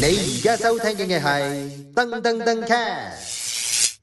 你而家收聽嘅係噔噔噔 cast。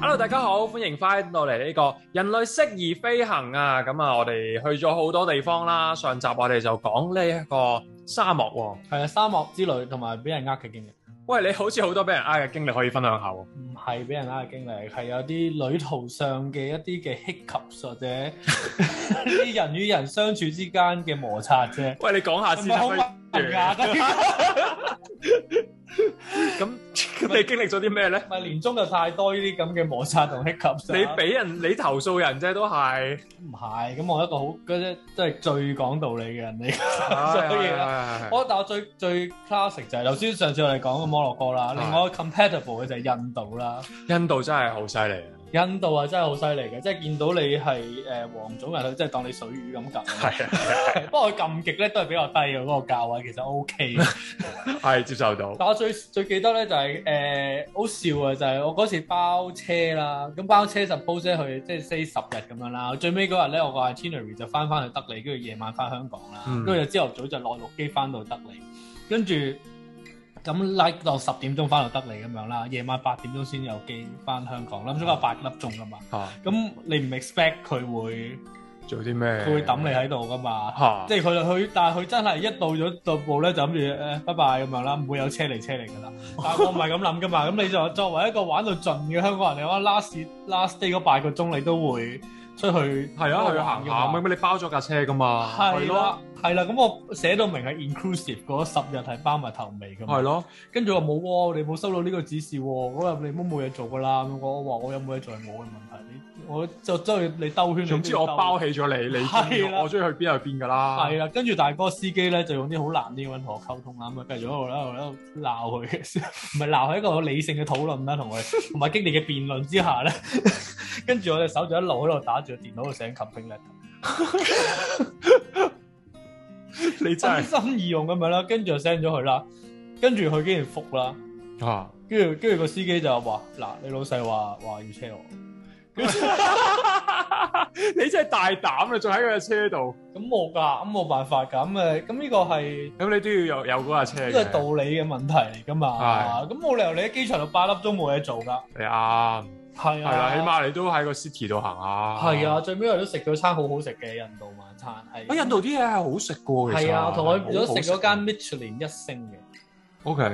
Hello，大家好，歡迎翻到嚟呢個人類適宜飛行啊！咁啊，我哋去咗好多地方啦。上集我哋就講呢一個沙漠喎、係啊，沙漠之旅同埋俾人呃嘅經歷，喂，你好似好多俾人呃嘅經歷可以分享下喎。唔係俾人呃嘅經歷，係有啲旅途上嘅一啲嘅 hiccups 或者啲人與人相處之間嘅摩擦 啫。喂，你講下唔先係啦好啊不如文雅， 真係咁 咁你經歷咗啲咩咧唔？係年中就太多呢啲咁嘅摩擦同 hiccups 啊。你俾人你投訴人啫，都係。唔係咁，我一個好嗰啲即係最講道理嘅人嚟。所以呢唉我但我最最 classic 就係頭先上次我哋講嘅摩洛哥啦，係另外 compatible 嘅就係印度啦。印度真係好犀利，印度啊真係好犀利嘅，即係見到你係誒黃種人，佢真係當你水魚咁撳。係啊，不過佢撳極咧都係比較低嘅嗰、個價位，其實 O K。係接受 到。但我最最記得咧就係、誒、好笑啊，就係、我嗰次包車啦，咁包車 suppose 呢去即係 stay 十日咁樣啦，最尾嗰日咧我個 itinerary 就翻翻去德里，跟住夜晚翻香港啦，嗯跟住、就朝頭早就落陸機翻到德里，跟住咁 like 到十點鐘翻到德里咁樣啦，夜晚八點鐘先有機翻香港啦，咁總共有八粒鐘噶嘛，嚇，咁你唔 expect 佢會做啲咩？佢會抌你喺度噶嘛？嚇，即係佢佢，但係佢真係一到咗到步咧，就諗住誒拜拜咁樣啦，唔會有車嚟車嚟 㗎啦。但係我唔係咁諗㗎嘛，咁你就作為一個玩到盡嘅香港人，你話 last last day 嗰八個鐘你都會出去係啊，去行下，㗎嘛咁你包咗架車噶嘛？係啦，係啦，咁我寫到明係 inclusive 嗰十日係包埋頭尾㗎嘛係。咯，跟住我冇喎，你冇收到呢個指示喎，嗰日你都冇嘢做㗎啦。咁我我話我有冇嘢做係我嘅問題，你我就即係你兜圈。你都總之要我兜包起咗你，你係中啦意我中意去邊就去邊噶啦。係啦，啊跟住但係嗰個司機咧就用啲好難啲嘅揾同我溝通啦，咁啊繼續喺度喺度喺度鬧佢 嘅，唔係鬧係一個好理性嘅討論啦，同佢同埋激烈嘅辯論之下咧， 跟住我隻手就一路喺度打住個電腦度寫 complaint letter，你真真 係心意用咁樣啦，跟住就 send 咗佢啦，跟住佢竟然覆啦，啊， 跟住跟住個司機就話：嗱，你老細話話要車我。你真係大膽啊！仲喺佢嘅車度，咁冇㗎，咁冇辦法㗎，咁誒，咁呢個係咁你都要有有嗰架車呢個係道嘅。理嘅問題嚟㗎嘛，係咁冇理由你喺機場度八粒鐘冇嘢做㗎，你啱，係係啊，啦，起碼你都喺個 city 度行下。係啊，，最尾我都食咗餐好好食嘅印度晚餐，啊係印度啲嘢係好食噶喎，其實係啊，同我咗食咗間好好 Michelin 一星嘅， O K，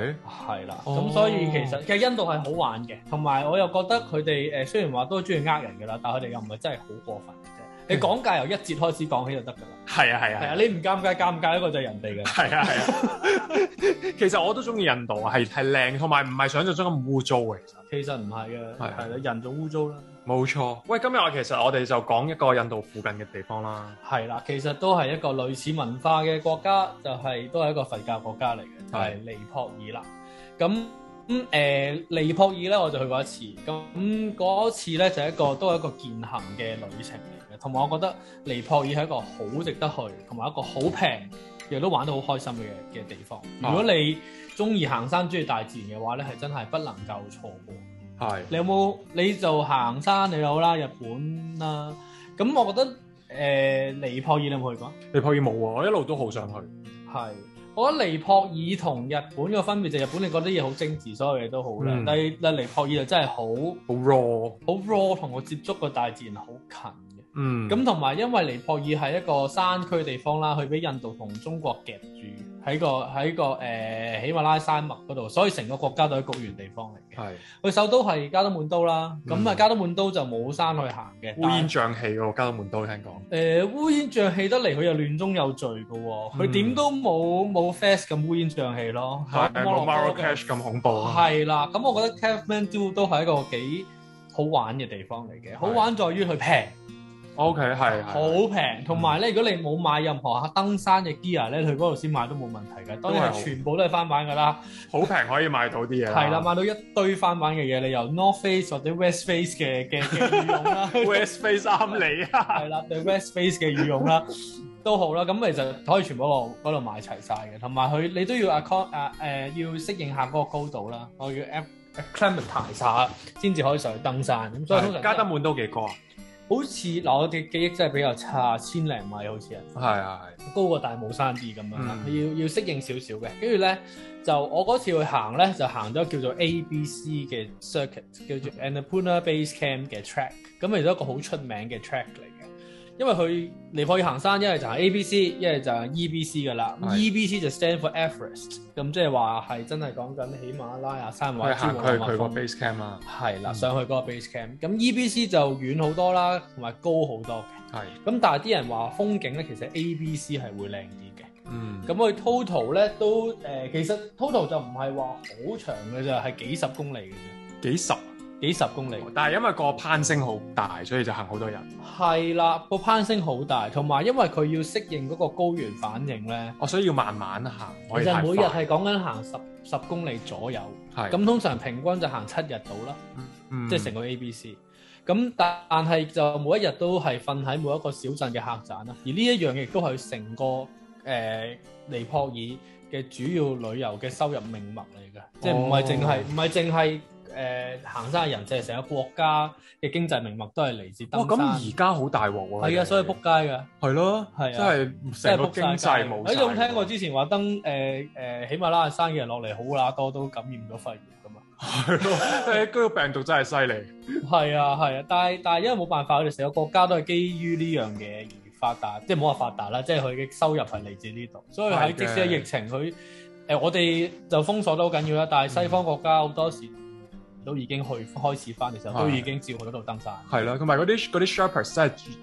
係啦，哦咁所以其實其實印度係好玩嘅，同埋我又覺得佢哋誒雖然話都中意呃人㗎啦，但係佢哋又唔係真係好過 分嘅啫。你講價由一節開始講起就得㗎啦，係啊係係啊，啊你唔尷尬尷尬呢個就係人哋嘅，係啊係啊。 其實我都中意印度，啊係係靚，同埋唔係想象中咁污糟嘅。其實其實唔係嘅，係係啦，人仲污糟啦。冇錯。喂，今日我其實我哋就講一個印度附近嘅地方啦。係啦，其實都係一個類似文化嘅國家，就係、都係一個佛教國家嚟嘅，就係、尼泊爾啦。咁咁誒，尼泊爾咧我就去過一次，咁嗰次咧就係一個都係一個健行嘅旅程嚟嘅，同埋我覺得尼泊爾係一個好值得去，同埋一個好平，亦都玩得好開心嘅嘅地方。如果你中意行山、中意大自然嘅話咧，係真係不能夠錯過。係你有冇你就行山你好啦，日本啦，咁我覺得誒、呃尼泊爾你有冇去過？尼泊爾冇喎，我一路都好想去。係，我覺得尼泊爾同日本嘅分別就係日本你覺得嘢好精緻，所有嘢都好靚，嗯但係但係尼泊爾就真係好好 raw，好 raw，同我接觸個大自然好近嘅。嗯，咁同埋因為尼泊爾係一個山區地方啦，佢俾印度同中國夾住喺個喺個誒、呃喜馬拉雅山脈嗰度，所以成個國家都係局原地方嚟嘅。係佢首都係加德滿都啦，咁啊、嗯加德滿都就冇山去行嘅。烏煙瘴氣喎，加德滿都聽講。但係誒烏煙瘴氣得嚟，佢又亂中有序嘅喎，佢嗯點都冇冇 fast 咁烏煙瘴氣咯。係咁冇我落歌嘅 Marrakesh 咁恐怖啊！係啦，咁我覺得 Kathmandu 都係一個幾好玩嘅地方嚟嘅，好玩在於佢平， O K 係好係平，同埋咧如果你冇買任何登山嘅 gear 咧，去嗰度先買都冇問題嘅。當然都係好係全部都係翻版㗎啦。好平可以買到啲嘢係啦，買到一堆翻版嘅嘢，你由 North Face 或者 West Face 嘅嘅嘅羽絨啦， ，West Face 啱你啊！ 係啦，對 West Face 嘅羽絨啦， 都好啦。咁其實可以全部嗰度嗰度買齊晒嘅，同埋佢你都要 accom 啊誒要適應下嗰個高度啦，我要 ac- acclimatise 下先至可以上去登山。咁所以通常加德滿都幾高啊？好似嗱，我哋記憶真係比較差，千零米好似係。係係高過大帽山啲咁樣啦，嗯要要適應少少嘅。跟住咧就我嗰次去行咧就行咗叫做 A、B、C 嘅 circuit，叫做嗯 Annapurna Base Camp 嘅 track。咁其實一個好出名嘅 track 嚟嘅，因為佢尼泊爾行山，一係就係 A、B、C，一係就係 E、B、C 噶啦。係 E、B、C 就 stand for Everest，咁即係話係真係講緊喜馬拉雅山或佢者行珠穆佢朗瑪佢個峰 base camp 啦，係啦，嗯上去嗰個 base camp。咁 E、B、C 就遠好多啦，同埋高好多嘅。係咁但係啲人話風景咧，其實 A、B、C 係會靚啲嘅。嗯咁佢 total 咧都誒、呃其實 total 就唔係話好長嘅咋，係幾十公里嘅啫，幾十，幾十公里。但係因為個攀升好大，所以就行好多人。係啦，個攀升好大，同埋因為佢要適應嗰個高原反應咧，我哦所以要慢慢行，其我以太實每日快。係講緊行十十公里左右，係咁通常平均就行七日到啦，嗯即係成個 A、B、C。咁但係就每一日都係瞓喺每一個小鎮嘅客棧啦，而呢一樣亦都係成個誒、呃尼泊爾嘅主要旅遊嘅收入命脈嚟嘅，即係唔係淨哦係唔係淨係誒行山嘅人，即係成個國家嘅經濟命脈都係嚟自哇！登山。咁而家好大鑊喎。係啊，所以你撲哋街㗎，係咯，係啊真係真成係個撲經晒濟街冇你晒。有冇聽過之前話登誒誒喜馬拉雅山嘅人落嚟好啦，多都感染咗肺炎㗎嘛？ 係咯，哎誒嗰個病毒真係犀利。係啊，係啊，但係但係因為冇辦法，佢哋成個國家都係基於呢樣嘢而發達，即係冇話發達啦，即係佢嘅收入係嚟自呢度，所以係喺嘅即使喺疫情，佢誒、呃我哋就封鎖都好緊要啦，嗯但係西方國家好多時都已經去開始翻，其實都係已經照去嗰度登山，係咯，同埋嗰啲嗰啲 shoppers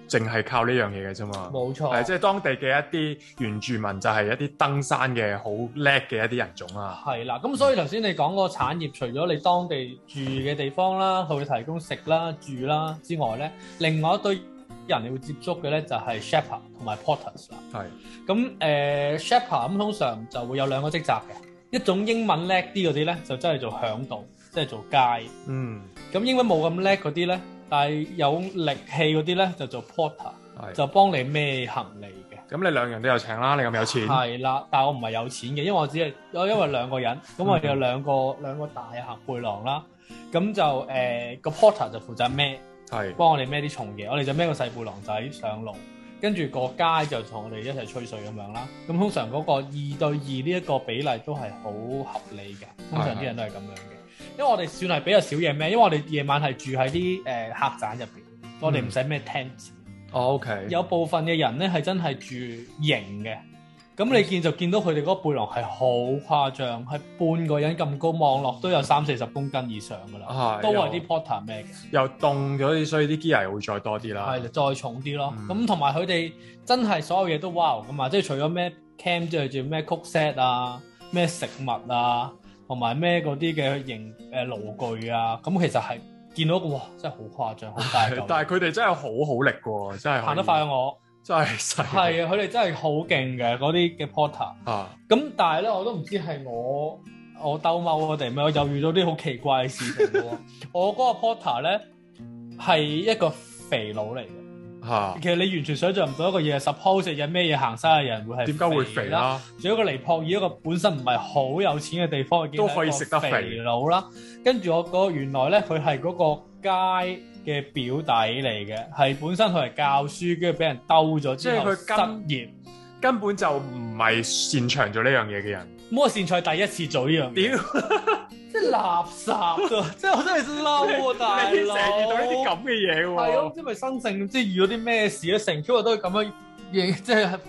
真係淨係靠呢樣嘢嘅啫嘛。冇係錯即。係當地嘅一啲原住民就係一啲登山嘅好叻嘅一啲人種啊啦。係啦，咁所以頭先你講嗰個產業，除咗你當地住嘅地方啦，佢會提供食啦、住啦之外咧，另外一堆人你會接觸嘅咧就係 shepherd 同埋 porters 啦。係咁誒、呃 shepherd 咁通常就會有兩個職責嘅，一種英文叻啲嗰啲咧就真係做響度，即係做街。嗯咁英文冇咁叻嗰啲咧，但係有力氣嗰啲咧就做 porter，係。就幫你孭行李嘅。咁你兩樣都有請啦，你咁有錢。係啦，但係我唔係有錢嘅，因為我只係我因為兩個人，咁我嗯有兩個兩個大客背囊啦，咁就誒、呃、個 porter 就負責孭，係幫我哋孭啲重嘢，我哋就孭個細背囊仔上路，跟住個街就同我哋一齊吹水咁樣啦。咁通常嗰個二對二呢一個比例都係好合理嘅，通常啲人都係咁樣嘅。因為我哋算係比較少嘢孭，因為我哋夜晚係住喺啲誒客棧入邊，我哋唔使孭 tent。哦，OK。有部分嘅人咧係真係住營嘅，咁你見就見到佢哋嗰個背囊係好誇張，係半個人咁高，望落都有三四十公斤以上噶啦，係都係啲 porter 孭嘅，又啊凍咗啲，所以啲 gear 會再多啲啦。係啦再重啲咯。啊嗯咁同埋佢哋真係所有嘢都 wow 噶嘛，即係除咗咩 cam 之外，仲要咩曲 set 啊，咩食物啊，同埋咩嗰啲嘅營誒爐具啊，咁其實係見到哇真係好誇張，好 大係但嚿，係佢哋真係好好力嘅喎，真係可以行得快，過我，真係犀利係啊，佢哋真係好勁嘅嗰啲嘅 porter。啊！咁但係咧，我都唔知係我我兜踎我哋咩，我又遇到啲好奇怪嘅事情 嘅喎。我嗰個 porter 咧係一個肥佬嚟嘅，嚇其實你完全想象唔到一個嘢，suppose 有咩嘢行山嘅人會係點解會肥啊啦？啦？仲有一個尼泊爾一個本身唔係好有錢嘅地方，都可以食得肥見到一個肥佬啦。跟住我嗰個原來咧，佢係嗰個街嘅表弟嚟嘅，係本身佢係教書，跟住俾人兜咗之後即係佢失業。根本就唔係擅長做呢樣嘢嘅人。冇個善菜第一次做呢樣嘢。屌，即係垃 圾啊！即係我真係嬲啊，大佬！你成日遇到呢啲咁嘅嘢係啊，唔喎。知咪生性，唔知遇到啲咩事咧，成 Q 日都係咁樣認，即係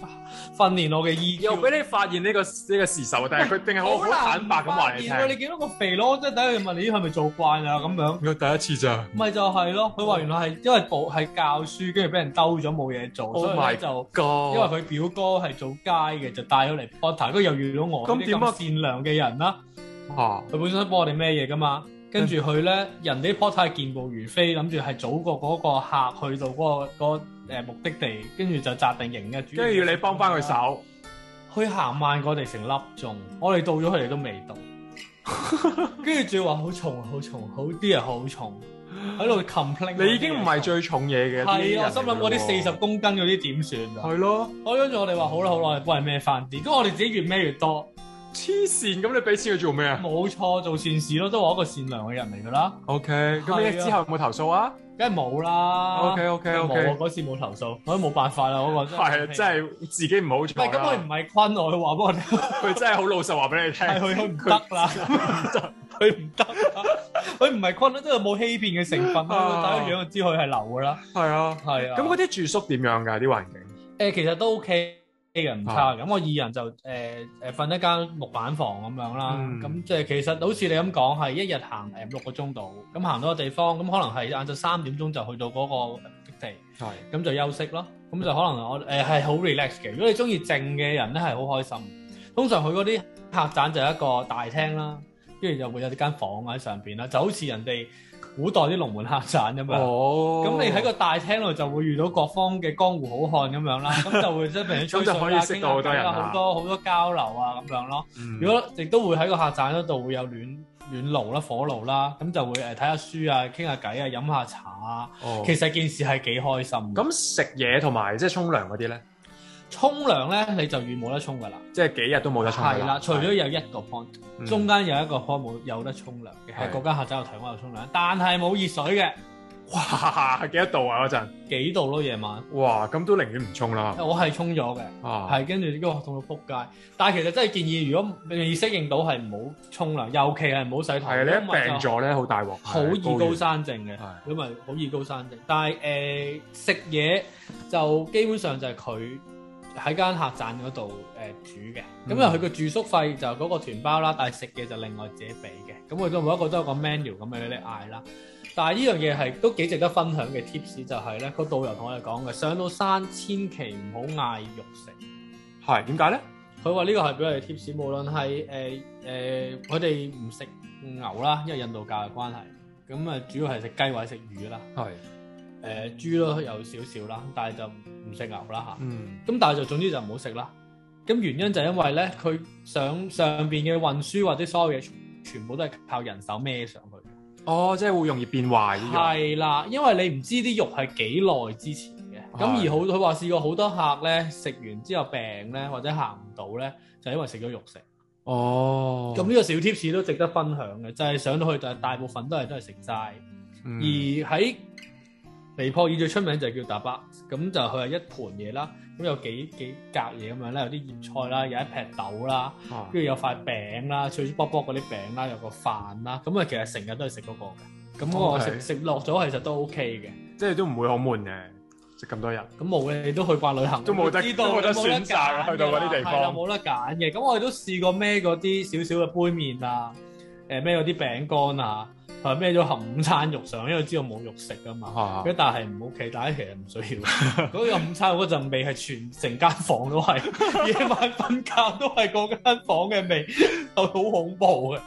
訓練我嘅 E EQ。又俾你發現呢個呢個事實，但係佢定係我好坦白咁話你難發聽。現喎你見到個肥佬，即係等佢問你咦係咪做慣啊咁樣，我第一次咋咪就係咯。佢話原來係因為部係教書，跟住俾人兜咗冇嘢做， ？Oh 所以 my 咧就。因為 god！佢表哥係做街嘅，就帶咗嚟 Potter，跟住又遇到我呢咁啲點啊咁善良嘅人啦。嚇佢本身都幫我哋咩嘢噶嘛，跟住佢咧人哋 porter 健步如飛，諗住係早過嗰個客去到嗰、個嗰、誒目的地，跟住就紮定型嘅。主跟住要你幫翻佢，手，佢行慢過我哋成粒鐘，我哋到咗佢哋都未 到，跟住仲要話好重啊好重，好啲人好重，喺度 complain。你已經唔係最重嘢嘅。啊係啊，啊，我心諗嗰啲四十公斤嗰啲點算啊？係咯。我跟住我哋話好啦好啦，我哋幫你孭翻啲，咁我哋自己越孭越多。黐線，咁你俾錢佢做咩啊冇錯，做善事咯，都話一個善良嘅人嚟噶啦， ？OK，咁你係啊之後有冇投訴啊梗係冇啦。 ？OK OK 冇啊 OK，嗰次冇投訴，我都冇辦法啦，嗰個真係啊，真係自己唔好唔係做咁，佢唔啦。係坤我，佢話俾我聽。佢真係好老實話俾你聽，係佢佢唔得啦，佢唔得啦，佢唔係坤啦，即係冇欺騙嘅成分啦，啊打個樣就知佢係流噶啦，係啊。係啊。咁嗰啲住宿點樣㗎？啲啊環境誒其實都 OK 嘅，唔差嘅。咁我二人就誒誒瞓一間木板房咁樣啦。嗯咁即係其實好似你咁講，係一日行誒六個鐘度，咁行到個地方，咁可能係晏晝三點鐘就去到嗰個目的地，係咁就休息咯。咁就可能我誒係好 relax 嘅。如果你中意靜嘅人咧，係好開心。通常去嗰啲客棧就有一個大廳啦，跟住就會有啲間房喺上邊啦，就好似人哋古代啲龍門客棧咁樣。哦咁你喺個大廳度就會遇到各方嘅江湖好漢 咁樣啦，咁就會即係俾人吹水啦，啊咁就可以識到好多人啦傾下偈啊好多好多交流啊咁樣咯。嗯如果亦都會喺個客棧嗰度會有暖暖爐啦、火爐啦，咁就會誒睇下書啊、傾下偈啊、飲下茶啊。哦其實件事係幾開心嘅。咁食嘢同埋即係沖涼嗰啲咧，沖涼咧你就預冇得沖噶啦，即係幾日都冇得沖係㗎啦，除咗有一個 point，嗯中間有一個 point 冇有得沖涼嘅，係係嗰間客棧有提供有沖涼，但係冇熱水嘅， 哇幾多度啊嗰陣，幾度咯夜晚，哇咁都寧願唔沖啦我係沖咗嘅。啊係跟住呢個痛到撲街，但係其實真係建議，如果未適應到係唔好沖涼，尤其係唔好洗頭，係你因一為就病咗咧，好大鑊，啊好易高山症嘅係，因為啊好易高山症。但係誒、呃食嘢就基本上就係佢喺間客棧嗰度誒煮嘅，咁嗯因為佢個住宿費就嗰個團包啦，但係食嘢就另外自己俾嘅，咁佢都每一個都有個 menu 咁樣你嗌啦。但係呢樣嘢係都幾值得分享嘅 tips 就係、咧，個導遊同我哋講嘅，上到山千祈唔好嗌肉食。係點解咧？佢話呢個係俾我哋 tips，無論係誒誒，佢哋唔食牛啦，因為印度教嘅關係，咁啊主要係食雞或者食魚啦，係誒、呃豬咯有少少啦，但係就唔食牛啦嗯嚇。咁但係就總之就唔好食啦。咁原因就因為咧，佢上上邊嘅運輸或者所有嘢全部都係靠人手孭上去。哦，即係會容易變壞呢樣係啦，因為你唔知啲肉係幾耐之前嘅，咁係而好佢話試過好多客咧食完之後病咧或者行唔到咧，就因為食咗肉食。哦咁呢個小 tips 都值得分享嘅，就係、上到去就係大部分都係都係食齋，而嗯喺尼泊爾最出名就係叫大巴，咁就佢係一盤嘢啦，咁有幾幾格嘢咁樣啦，有啲葉菜啦，有一劈豆啦，啊跟住有塊餅啦，脆卜卜嗰啲餅啦，有個飯啦，咁啊其實成日都係食嗰個嘅，咁我 OK 食食落咗其實都 OK 嘅。即係都唔會好悶嘅，食咁多日。咁冇嘅，你都去慣旅 行，都冇得你知道都冇得你選擇揀去到嗰啲地方係啦冇得揀嘅。咁我哋都試過孭嗰啲少少嘅杯麵啊，誒孭嗰啲餅乾啊，同埋孭咗盒午餐肉上，因為知道冇肉食啊嘛。啊咁但係唔 OK，但係其實唔需要。 嗰個午餐肉嗰陣味係全成間房都係， 夜晚瞓覺都係嗰間房嘅味，就好恐怖嘅。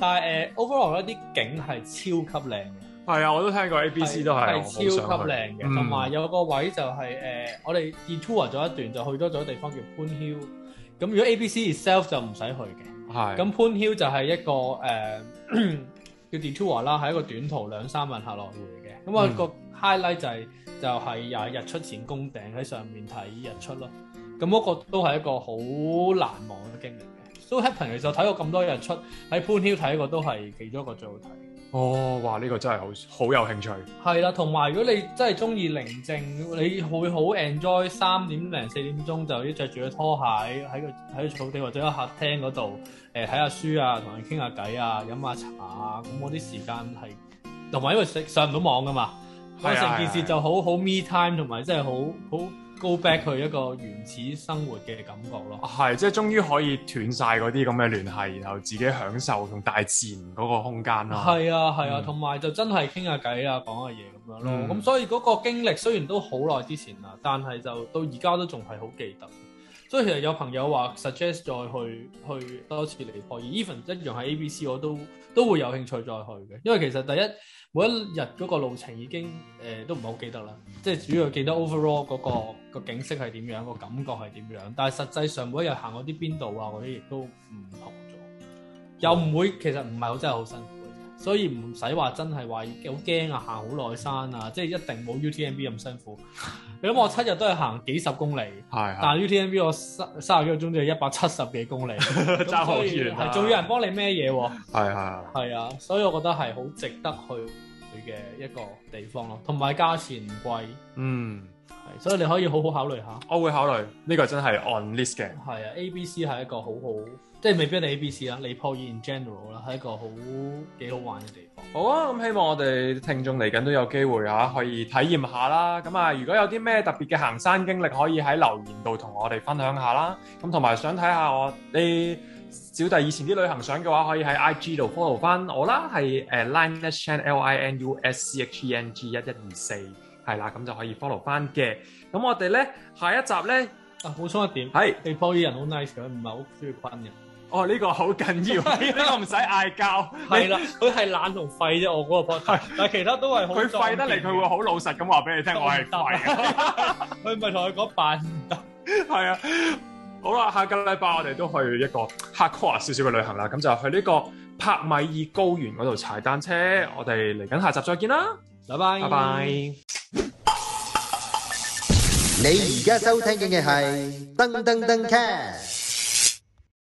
但係誒、overall 呃咧，啲景係超級靚嘅。係啊，我都聽過 A、B、C 都係，我好超想去級靚嘅，嗯同埋有個位就係、誒、我哋 detour 咗一段就去多咗地方叫潘囂。咁如果 A B C itself 就唔使去嘅。係咁潘囂就係一個誒、 叫 detour 啦，係一個短途兩三萬客來回嘅。咁啊、嗯個 highlight 就係、就係、又係日出前攻頂喺上面睇日出咯。咁嗰個都係一個好難忘嘅經歷嘅。So happen 其實睇過咁多日出喺潘囂睇過都係其中一個最好睇。哦，哇！呢個真係好好有興趣。係啦，同埋如果你真係中意寧靜，你會好 enjoy 三點零四點鐘就要着住個拖鞋喺個喺個草地或者喺客廳嗰度誒睇下書啊，同人傾下偈啊，飲下茶啊，咁嗰啲時間係同埋因為食上唔到網噶嘛，係咁啊成件係事啊就好好 me time 同埋真係好好 go back 去一個原始生活嘅感覺咯。哦係，即係終於可以斷晒嗰啲咁嘅聯繫，然後自己享受同大自然嗰個空間啦。係啊，係啊，嗯同埋、就真係傾下偈啊，講下嘢咁樣咯。嗯咁、所以嗰個經歷雖然都好耐之前啦，但係就到而家都仲係好記得。所以其實有朋友話 suggest 再去去多次尼泊爾，even 一樣喺 ABC 我都都會有興趣再去嘅，因為其實第一每一日嗰個路程已經誒、呃都唔係好記得啦，即係主要記得 overall 嗰、個個景色係點樣，個感覺係點樣，但係實際上每一日行嗰啲邊度啊嗰啲亦都唔同咗，又唔會其實唔係好真係好辛苦嘅啫。所以唔使話真係話好驚啊，行好耐山啊，即係一定冇 UTMB 咁辛苦。你諗我七日都係行幾十公里，係但係 UTMB 我三三十幾個鐘就一百七十幾公里， 爭好咁所以遠啊係仲有人幫你孭嘢喎。係係係啊，所以我覺得係好值得去去嘅一個地方咯，同埋價錢唔貴，嗯，係所以你可以好好考慮下。我會考慮呢個真係 on list 嘅。係啊，A B C 係一個好好，即係未必你 A B C 啦，尼泊爾 in general 啦，係一個好幾好玩嘅地方。好啊，咁希望我哋聽眾嚟緊都有機會啊，可以體驗下啦。咁啊，如果有啲咩特別嘅行山經歷，可以喺留言度同我哋分享下啦。咁同埋想睇下我哋小弟以前啲旅行相嘅話，可以喺 IG 度 follow 翻我啦，係誒 Line S Chan L I N U S C H E N G 一一二四係啦，咁就可以 follow 翻嘅。咁我哋咧下一集咧啊，補充一點，係尼泊爾人好 nice 嘅，唔係好中意坤 人。哦呢、個好緊要，呢個唔使嗌交，係啦，佢係懶同廢啫，我嗰個 p o 但係其他都係好。佢廢得嚟，佢會好老實咁話俾你聽， 我係啊廢啊嘅。佢咪同佢講扮 係啊，好啦，下個禮拜我哋都去一個 hardcore 少少嘅旅行啦，咁就去呢個帕米爾高原嗰度踩單車。我哋嚟緊下集再見啦，拜拜拜拜。你而家收聽嘅係噔噔噔 cast。